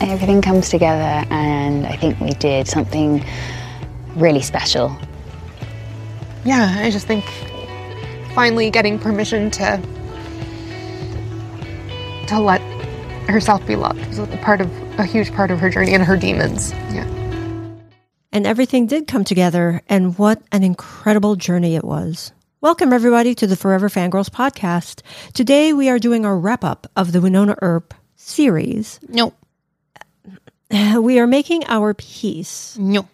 Everything comes together, and I think we did something really special. Yeah, I just think finally getting permission to to let herself be loved was a part of a huge part of her journey and her demons. Yeah. And everything did come together, and what an incredible journey it was. Welcome, everybody, to the Forever Fangirls podcast. Today, we are doing our wrap up of the Winona Earp series. No. We are making our peace. No.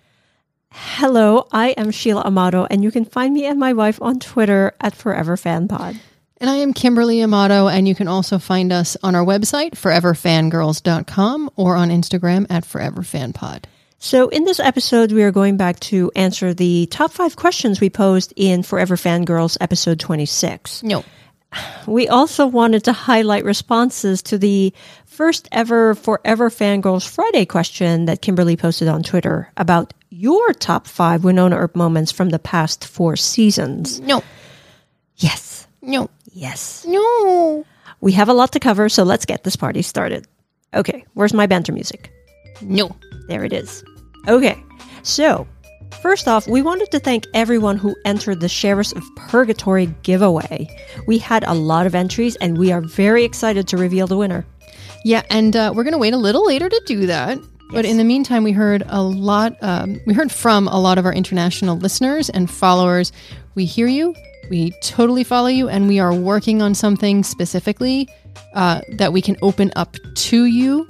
Hello, I am Sheila Amato, and you can find me and my wife on Twitter at Forever Fan Pod. And I am Kimberly Amato, and you can also find us on our website, foreverfangirls.com, or on Instagram at foreverfanpod. So, in this episode, we are going back to answer the top five questions we posed in Forever Fangirls episode 26. No. We also wanted to highlight responses to the first ever Forever Fangirls Friday question that Kimberly posted on Twitter about your top five Winona Earp moments from the past four seasons. No. Yes. No. Yes. No. We have a lot to cover, so let's get this party started. Okay, where's my banter music? No. There it is. Okay, so first off, we wanted to thank everyone who entered the Sheriffs of Purgatory giveaway. We had a lot of entries, and we are very excited to reveal the winner. Yeah, and uh, we're going to wait a little later to do that. But in the meantime, we heard a lot, um, we heard from a lot of our international listeners and followers. We hear you, we totally follow you, and we are working on something specifically uh, that we can open up to you.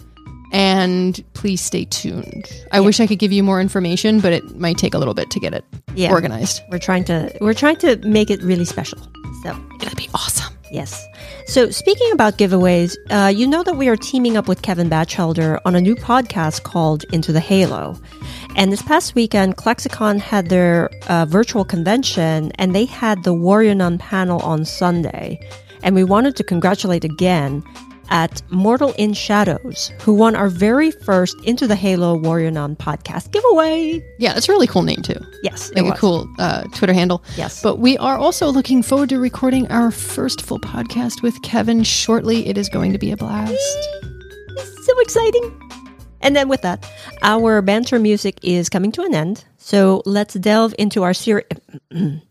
And please stay tuned. I wish I could give you more information, but it might take a little bit to get it Yeah. organized. We're trying to we're trying to make it really special. So It'll be awesome. Yes. So, speaking about giveaways, uh, you know that we are teaming up with Kevin Batchelder on a new podcast called Into the Halo. And this past weekend, Klexicon had their uh, virtual convention and they had the Warrior Nun panel on Sunday. And we wanted to congratulate again at Mortal in Shadows, who won our very first Into the Halo Warrior Nun podcast giveaway. Yeah, that's a really cool name, too. Yes, it Like a was. cool uh, Twitter handle. Yes. But we are also looking forward to recording our first full podcast with Kevin shortly. It is going to be a blast. so exciting. And then with that, our banter music is coming to an end. So let's delve into our ser-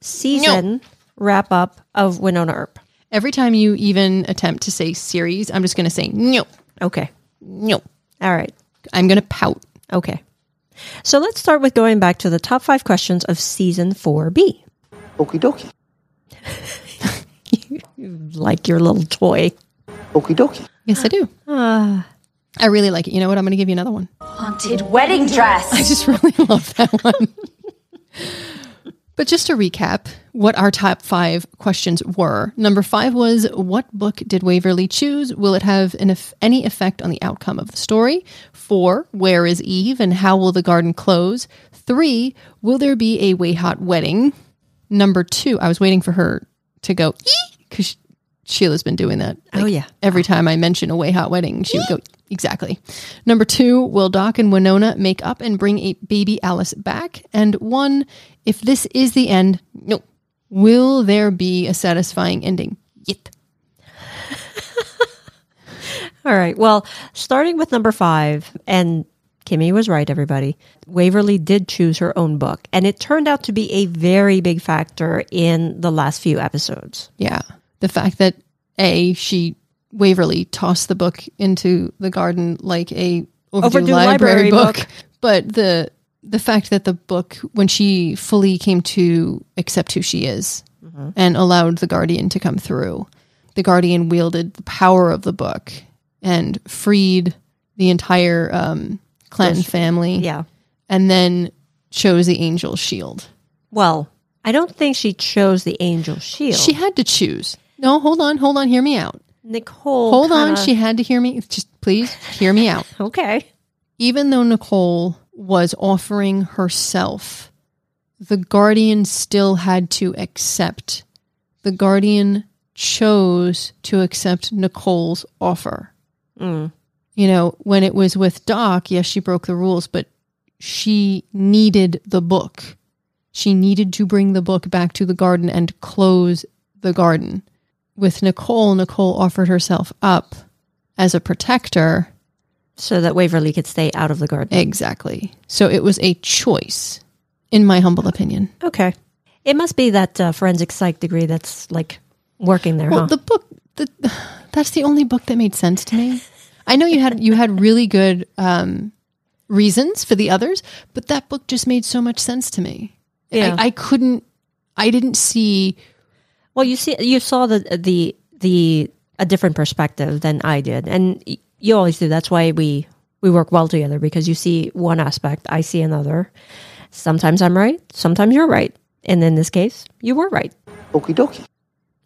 season wrap up of Winona Earp. Every time you even attempt to say series, I'm just going to say no, Okay. no. All right. I'm going to pout. Okay. So let's start with going back to the top five questions of season 4B. Okie dokie. Like your little toy. Okie dokie. Yes, I do. Ah. I really like it. You know what? I'm going to give you another one. Haunted wedding dress. I just really love that one. but just to recap what our top five questions were number five was what book did waverly choose will it have an eff- any effect on the outcome of the story four where is eve and how will the garden close three will there be a way hot wedding number two i was waiting for her to go because sheila's been doing that Oh, yeah. every time I mention a way hot wedding, she would go, exactly. Number two, will Doc and Winona make up and bring a baby Alice back? And one, if this is the end, no. Will there be a satisfying ending? Yep. All right. Well, starting with number five, and Kimmy was right, everybody. Waverly did choose her own book, and it turned out to be a very big factor in the last few episodes. Yeah. The fact that A, she Waverly tossed the book into the garden like a overdue, Overdue library library, book. book. But the the fact that the book when she fully came to accept who she is Mm-hmm. and allowed the guardian to come through, the guardian wielded the power of the book and freed the entire um Clanton family. Yeah. And then chose the angel's shield. Well, I don't think she chose the angel shield. She had to choose. No, hold on, hold on, hear me out. Nicole. Hold on. kinda- She had to hear me. Just please hear me out. okay. Even though Nicole was offering herself, the Guardian still had to accept. The Guardian chose to accept Nicole's offer. You know, when it was with Doc, yes, she broke the rules, but she needed the book. She needed to bring the book back to the garden and close the garden. With Nicole, Nicole offered herself up as a protector. so that Waverly could stay out of the garden. Exactly. So it was a choice, in my humble opinion. Okay. It must be that uh, forensic psych degree that's like working there, huh? Well, the book, the, that's the only book that made sense to me. I know you had you had really good um, reasons for the others, but that book just made so much sense to me. Yeah. I, I couldn't. I didn't see. well, you see, you saw the the the a different perspective than I did, and y- you always do. That's why we we work well together because you see one aspect, I see another. Sometimes I'm right, sometimes you're right, and in this case, you were right. Okie dokie.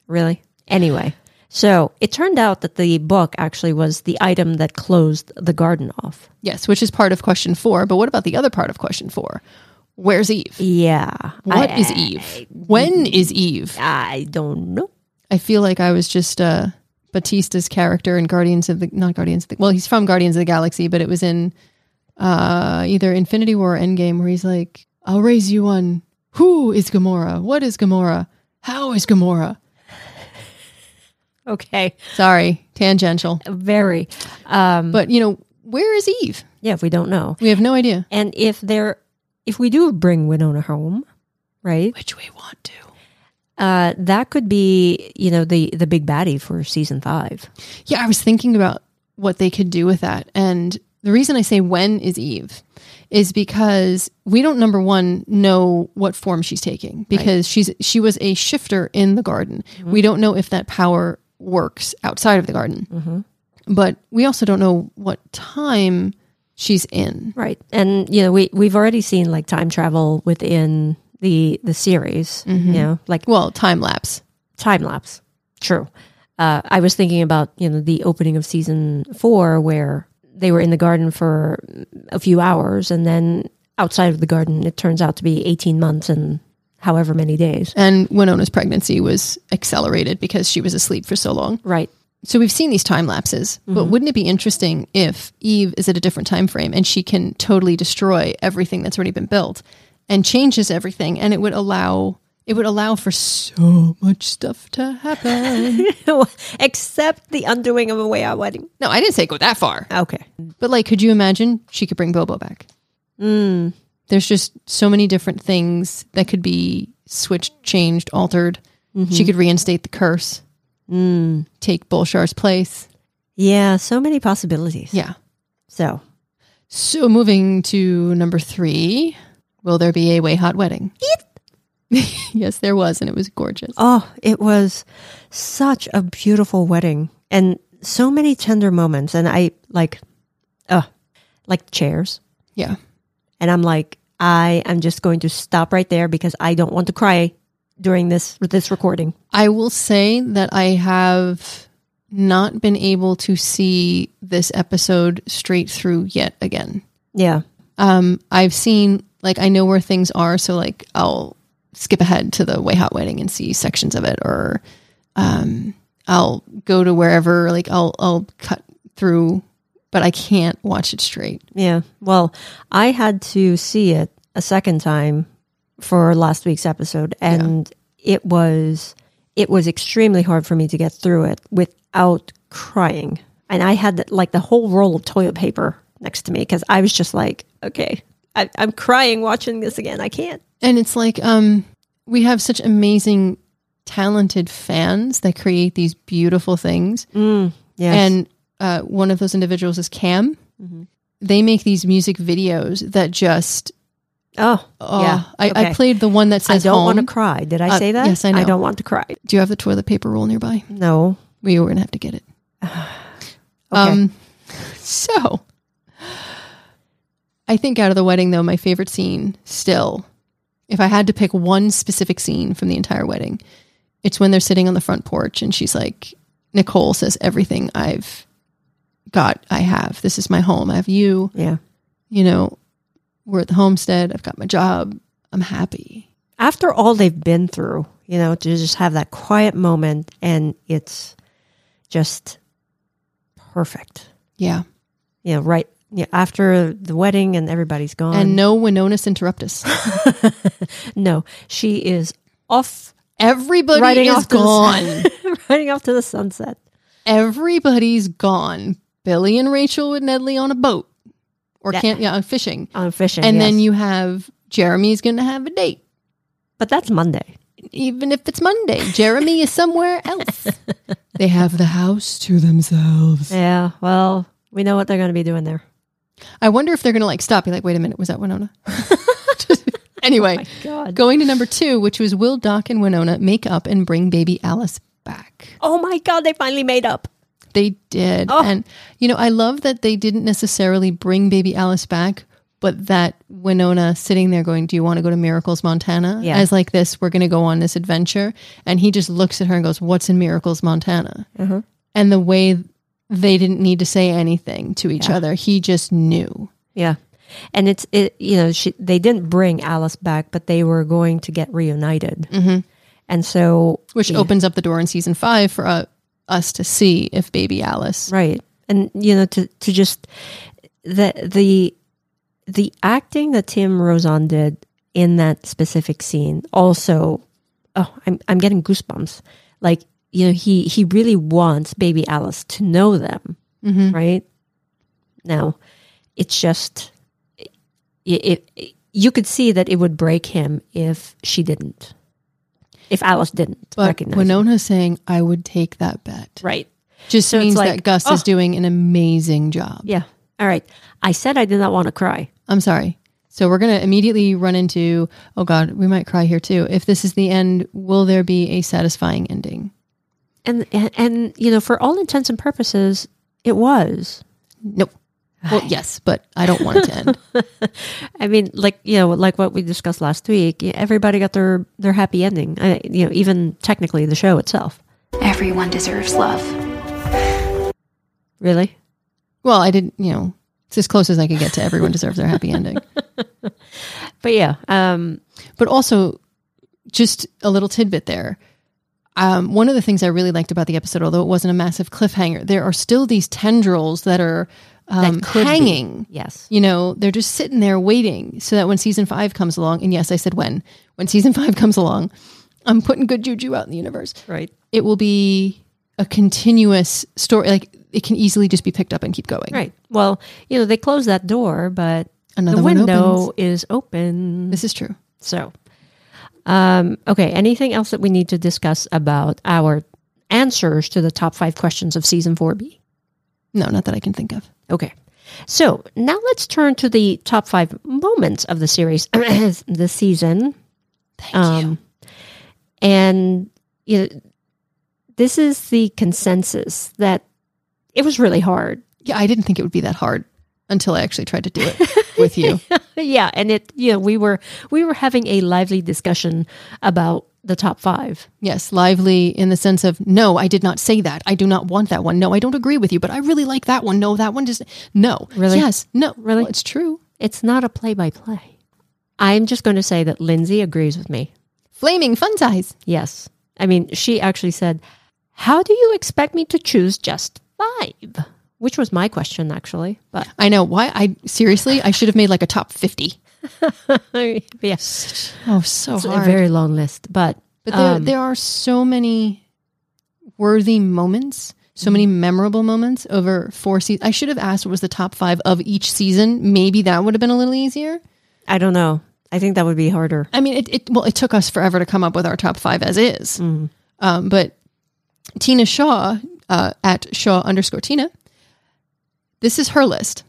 Really? Anyway, so it turned out that the book actually was the item that closed the garden off. Yes, which is part of question four. But what about the other part of question four? Where's Eve? Yeah. What E- I, is Eve? When is Eve? I don't know. I feel like I was just uh, Batista's character in Guardians of the not Guardians of the well, he's from Guardians of the Galaxy, but it was in uh, either Infinity War or Endgame where he's like, "I'll raise you one. Who is Gamora? What is Gamora? How is Gamora?" Okay. Sorry, tangential. Very. But you know, where is Eve? Yeah, if we don't know. We have no idea. And if there if we do bring Winona home, right? Which we want to. Uh that could be, you know, the the big baddie for season 5. Yeah, I was thinking about what they could do with that. And the reason I say when is Eve is because we don't number one know what form she's taking because she's she was a shifter in the garden. We don't know if that power works outside of the garden. But we also don't know what time she's in. Right. And you know, we we've already seen like time travel within the the series, you know, like Well, time lapse. time lapse. True. Uh, I was thinking about you know the opening of season four where they were in the garden for a few hours and then outside of the garden it turns out to be 18 months and however many days And Winona's pregnancy was accelerated because she was asleep for so long. right so we've seen these time lapses but wouldn't it be interesting if eve is at a different time frame and she can totally destroy everything that's already been built and changes everything and it would allow it would allow for so much stuff to happen except the undoing of a way out wedding no i didn't say go that far okay but like could you imagine she could bring bobo back Mm, there's just so many different things that could be switched changed altered she could reinstate the curse take bolshar's place mm. yeah so many possibilities yeah so So moving to number three, will there be a way hot wedding? yes, there was, and it was gorgeous. oh it was such a beautiful wedding and so many tender moments and i like uh like chairs Yeah, And I'm like, I am just going to stop right there because I don't want to cry during this this recording. I will say that I have not been able to see this episode straight through yet again. Yeah. Um, I've seen like I know where things are, so like I'll skip ahead to the way hot wedding and see sections of it, or um, I'll go to wherever like I'll I'll cut through, but I can't watch it straight. Yeah. Well, I had to see it a second time for last week's episode and it was it was extremely hard for me to get through it without crying. And I had like the whole roll of toilet paper next to me because I was just like, okay, I, I'm crying watching this again. I can't. And it's like um we have such amazing talented fans that create these beautiful things. Yes. And uh, one of those individuals is Cam. Mm-hmm. They make these music videos that just oh, oh, yeah. I, I Okay. played the one that I says don't home. want to cry. Did I Uh, say that? yes, I know. I don't want to cry. Do you have the toilet paper roll nearby? No. We were gonna have to get it. Okay. Um, so I think out of the wedding, though, my favorite scene still, if I had to pick one specific scene from the entire wedding, it's when they're sitting on the front porch and she's like, Nicole says, everything I've got, I have. This is my home. I have you. Yeah. You know, we're at the homestead. I've got my job. I'm happy. After all they've been through, you know, to just have that quiet moment and it's just perfect. Yeah. You know, right yeah, after the wedding and everybody's gone. And no Winona's interrupt us. no, she is off Everybody Writing is off the- gone. riding off to the sunset. Everybody's gone. Billy and Rachel with Nedley on a boat or Yeah. can't, yeah, fishing. on fishing. and then yes. you have Jeremy's going to have a date, but that's Monday. even if it's Monday. Jeremy is somewhere else. They have the house to themselves. Yeah. Well, we know what they're going to be doing there. I wonder if they're going to like stop. Be like, wait a minute, was that Winona? Just- anyway, Oh God. going to number two, which was will Doc and Winona make up and bring baby Alice back? Oh my God! They finally made up. They did. Oh. And, you know, I love that they didn't necessarily bring baby Alice back, but that Winona sitting there going, Do you want to go to Miracles, Montana? Yeah. As like this, we're going to go on this adventure. And he just looks at her and goes, What's in Miracles, Montana? Mm-hmm. And the way they didn't need to say anything to each other, he just knew. Yeah. And it's it. You know, she, they didn't bring Alice back, but they were going to get reunited. Mm-hmm. And so, Which opens up the door in season five for uh, us to see if baby Alice. right. And you know, to to just the the the acting that Tim Rosen did in that specific scene also oh I'm I'm getting goosebumps. Like, you know, he he really wants baby Alice to know them. Right? Now, it's just it, it you could see that it would break him if she didn't. If Alice didn't But recognize him. Winona's saying, I would take that bet. right. Just So it's means like, oh. that Gus is doing an amazing job. Yeah. All right. I said I did not want to cry. I'm sorry. So we're going to immediately run into, oh God, we might cry here too. If this is the end, will there be a satisfying ending? And and, and you know, for all intents and purposes, it was. Nope. Well, yes, but I don't want it to end. I mean, like you know, like what we discussed last week. yeah, Everybody got their their happy ending. I, you know, even technically the show itself. Everyone deserves love. Really? well, I didn't, you know, it's as close as I could get to everyone deserves their happy ending. But yeah, um, But also, just a little tidbit there. Um, one of the things I really liked about the episode, although it wasn't a massive cliffhanger, there are still these tendrils that are um, could be. hanging. yes, you know, they're just sitting there waiting so that when season five comes along, and yes, I said when, when season five comes along, I'm putting good juju out in the universe. right. It will be a continuous story. Like it can easily just be picked up and keep going. Right. Well, you know, they closed that door, but Another the one window opens. is open. This is true. So, um, okay. Anything else that we need to discuss about our answers to the top five questions of season four B? No, not that I can think of. Okay. So now let's turn to the top five moments of the series this season. Thank Um, and you know, this is the consensus that it was really hard. Yeah, I didn't think it would be that hard until I actually tried to do it with you. yeah, and it you know we were we were having a lively discussion about the top five. Yes, lively in the sense of no, I did not say that. I do not want that one. No, I don't agree with you, but I really like that one. No, that one just no. Really? Yes. No. Really? Well, it's true. It's not a play by play. I'm just going to say that Lindsay agrees with me. Flaming fun size. Yes. I mean, she actually said, How do you expect me to choose just five? Which was my question, actually. But I know why. I seriously, I should have made like a top fifty. yes, Oh, so it's a very long list. But, but there, um, there are so many worthy moments, so many memorable moments over four seasons. I should have asked what was the top five of each season. Maybe that would have been a little easier. I don't know. I think that would be harder. I mean, it, it well, it took us forever to come up with our top five as is. Um, but Tina Shaw uh, at Shaw underscore Tina. This is her list.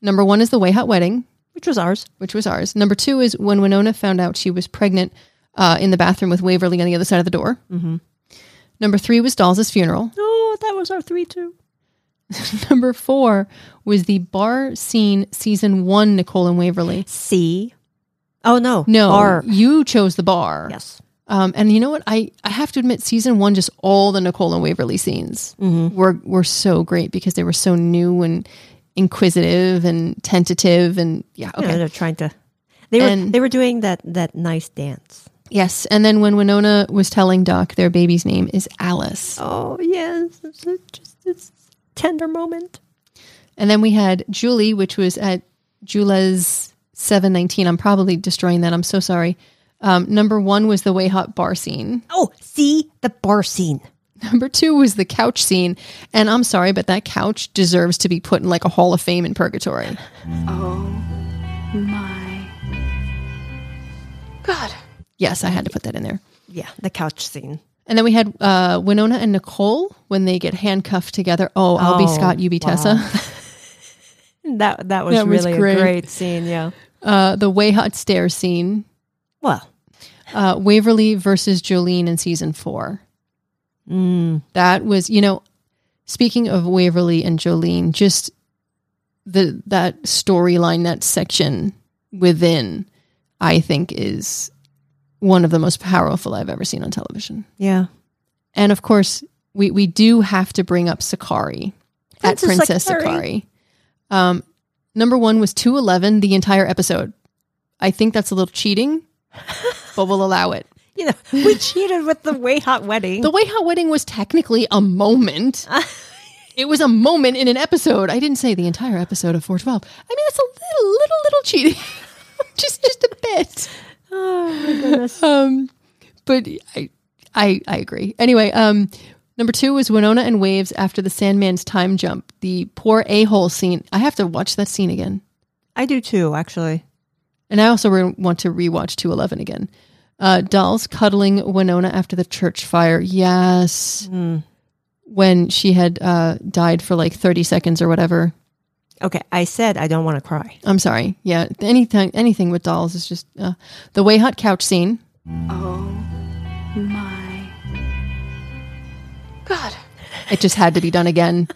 Number one is the Way Hot Wedding. Which was ours. which was ours. Number two is when Winona found out she was pregnant uh, in the bathroom with Waverly on the other side of the door. Mm-hmm. Number three was Dolls' funeral. Oh, that was our three, too. Number four was the bar scene season one, Nicole and Waverly. C. Oh, no. No, R. you chose the bar. Yes. Um, and you know what? I, I have to admit, season one, just all the Nicole and Waverly scenes were, were so great because they were so new and inquisitive and tentative. And yeah, You know, okay. they're trying to. They were, And- they were doing that, that nice dance. Yes. And then when Winona was telling Doc their baby's name is Alice. Oh, yes. It's a- just this tender moment. And then we had Julie, which was at Jula's 719. I'm probably destroying that. I'm so sorry. Um, number one was the way hot bar scene. Oh, see the bar scene. Number two was the couch scene. And I'm sorry, but that couch deserves to be put in like a hall of fame in purgatory. My Yes, I had to put that in there. Yeah, the couch scene. And then we had uh, Winona and Nicole when they get handcuffed together. Oh, I'll be Oh, Scott, you be Tessa. That that was That was really great. a great scene. Yeah. Uh, the way hot stairs scene. Well, Uh, Waverly versus Jolene in season four. Mm. That was, you know, speaking of Waverly and Jolene, just the that storyline, that section within, I think is one of the most powerful I've ever seen on television. yeah. And of course, we, we do have to bring up Sakari Princess at Princess Sakari. Sakari. Um, number one was 211, the entire episode. I think that's a little cheating, but we'll allow it. You know, we cheated with the way hot wedding. The Way Hot Wedding was technically a moment. it was a moment in an episode. I didn't say the entire episode of 412. I mean, that's a little, little, little cheating. just, just a bit. Oh, Um, but I, I, I agree. Anyway, um, number two was Winona and Waves after the Sandman's time jump. The poor a hole scene. I have to watch that scene again, I do too, actually. and I also re- want to rewatch two eleven again. Uh, dolls cuddling Winona after the church fire. Yes, when she had uh, died for like thirty seconds or whatever. Okay, I said I don't want to cry. I'm sorry. Yeah, anything, anything with dolls is just uh, the way hot couch scene. my It just had to be done again.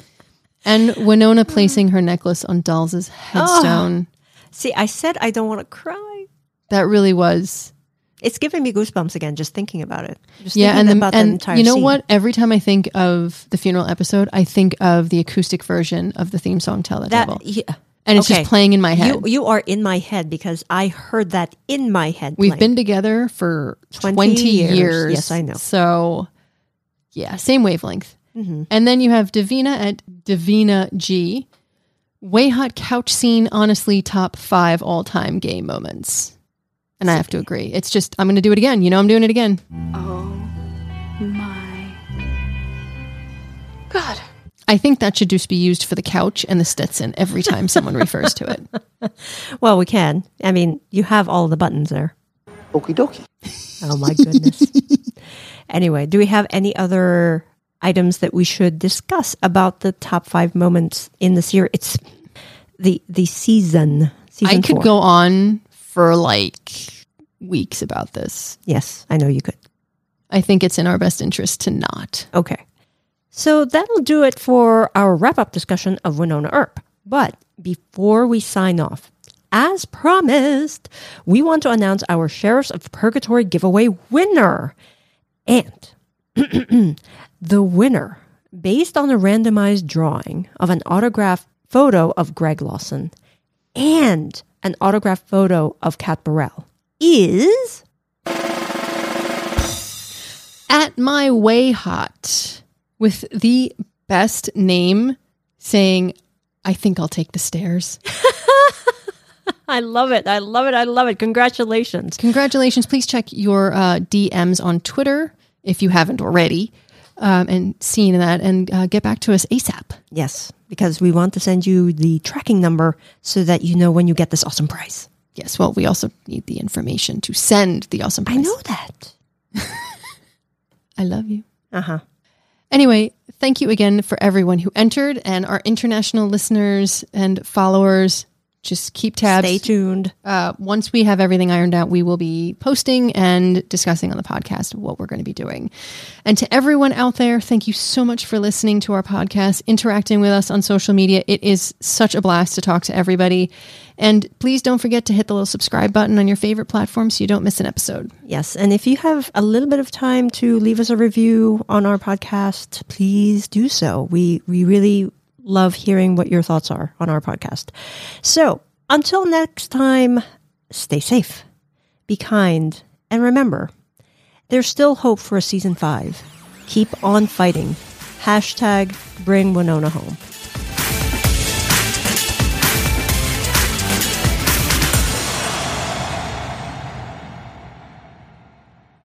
And Winona placing her necklace on Dolls' headstone. See, I said I don't want to cry. That really was. It's giving me goosebumps again just thinking about it. Just Yeah, thinking and the, about that and entire you know scene. what? Every time I think of the funeral episode, I think of the acoustic version of the theme song "Tell the Devil," That yeah. and it's Okay. just playing in my head. You you are in my head because I heard that in my head. We've playing. been together for 20 20, years. years. Yes, I know. So, yeah, same wavelength. Mm-hmm. And then you have Davina at Davina G. Way hot couch scene, honestly, top five all time gay moments. And I have to agree. It's just, I'm going to do it again. You know, I'm doing it again. my I think that should just be used for the couch and the Stetson every time someone refers to it. Well, we can. I mean, you have all the buttons there. Okie dokie. Oh my goodness. anyway, do we have any other items that we should discuss about the top five moments in the series? It's the the season. Season I could four. go on for like weeks about this. Yes, I know you could. I think it's in our best interest to not. Okay. So that'll do it for our wrap up discussion of Winona Earp. But before we sign off, as promised, we want to announce our Sheriffs of Purgatory giveaway winner. And the winner, based on a randomized drawing of an autographed photo of Greg Lawson and an autographed photo of Kat Burrell, is at my way hot with the best name saying i think i'll take the stairs I love it. I love it. I love it. Congratulations. congratulations please check your uh, dms on twitter if you haven't already um, and seen that and uh, get back to us asap Yes, because we want to send you the tracking number so that you know when you get this awesome prize. yes well we also need the information to send the awesome prize I know that. i love you Uh huh. Anyway, thank you again for everyone who entered and our international listeners and followers. Just keep tabs. Stay tuned. Uh, once we have everything ironed out, we will be posting and discussing on the podcast what we're going to be doing. And to everyone out there, thank you so much for listening to our podcast, interacting with us on social media. It is such a blast to talk to everybody. And please don't forget to hit the little subscribe button on your favorite platform so you don't miss an episode. Yes, and if you have a little bit of time to leave us a review on our podcast, please do so. We we really love hearing what your thoughts are on our podcast. So, until next time, stay safe, be kind, and remember, There's still hope for a season five. Keep on fighting. Hashtag bring Winona home.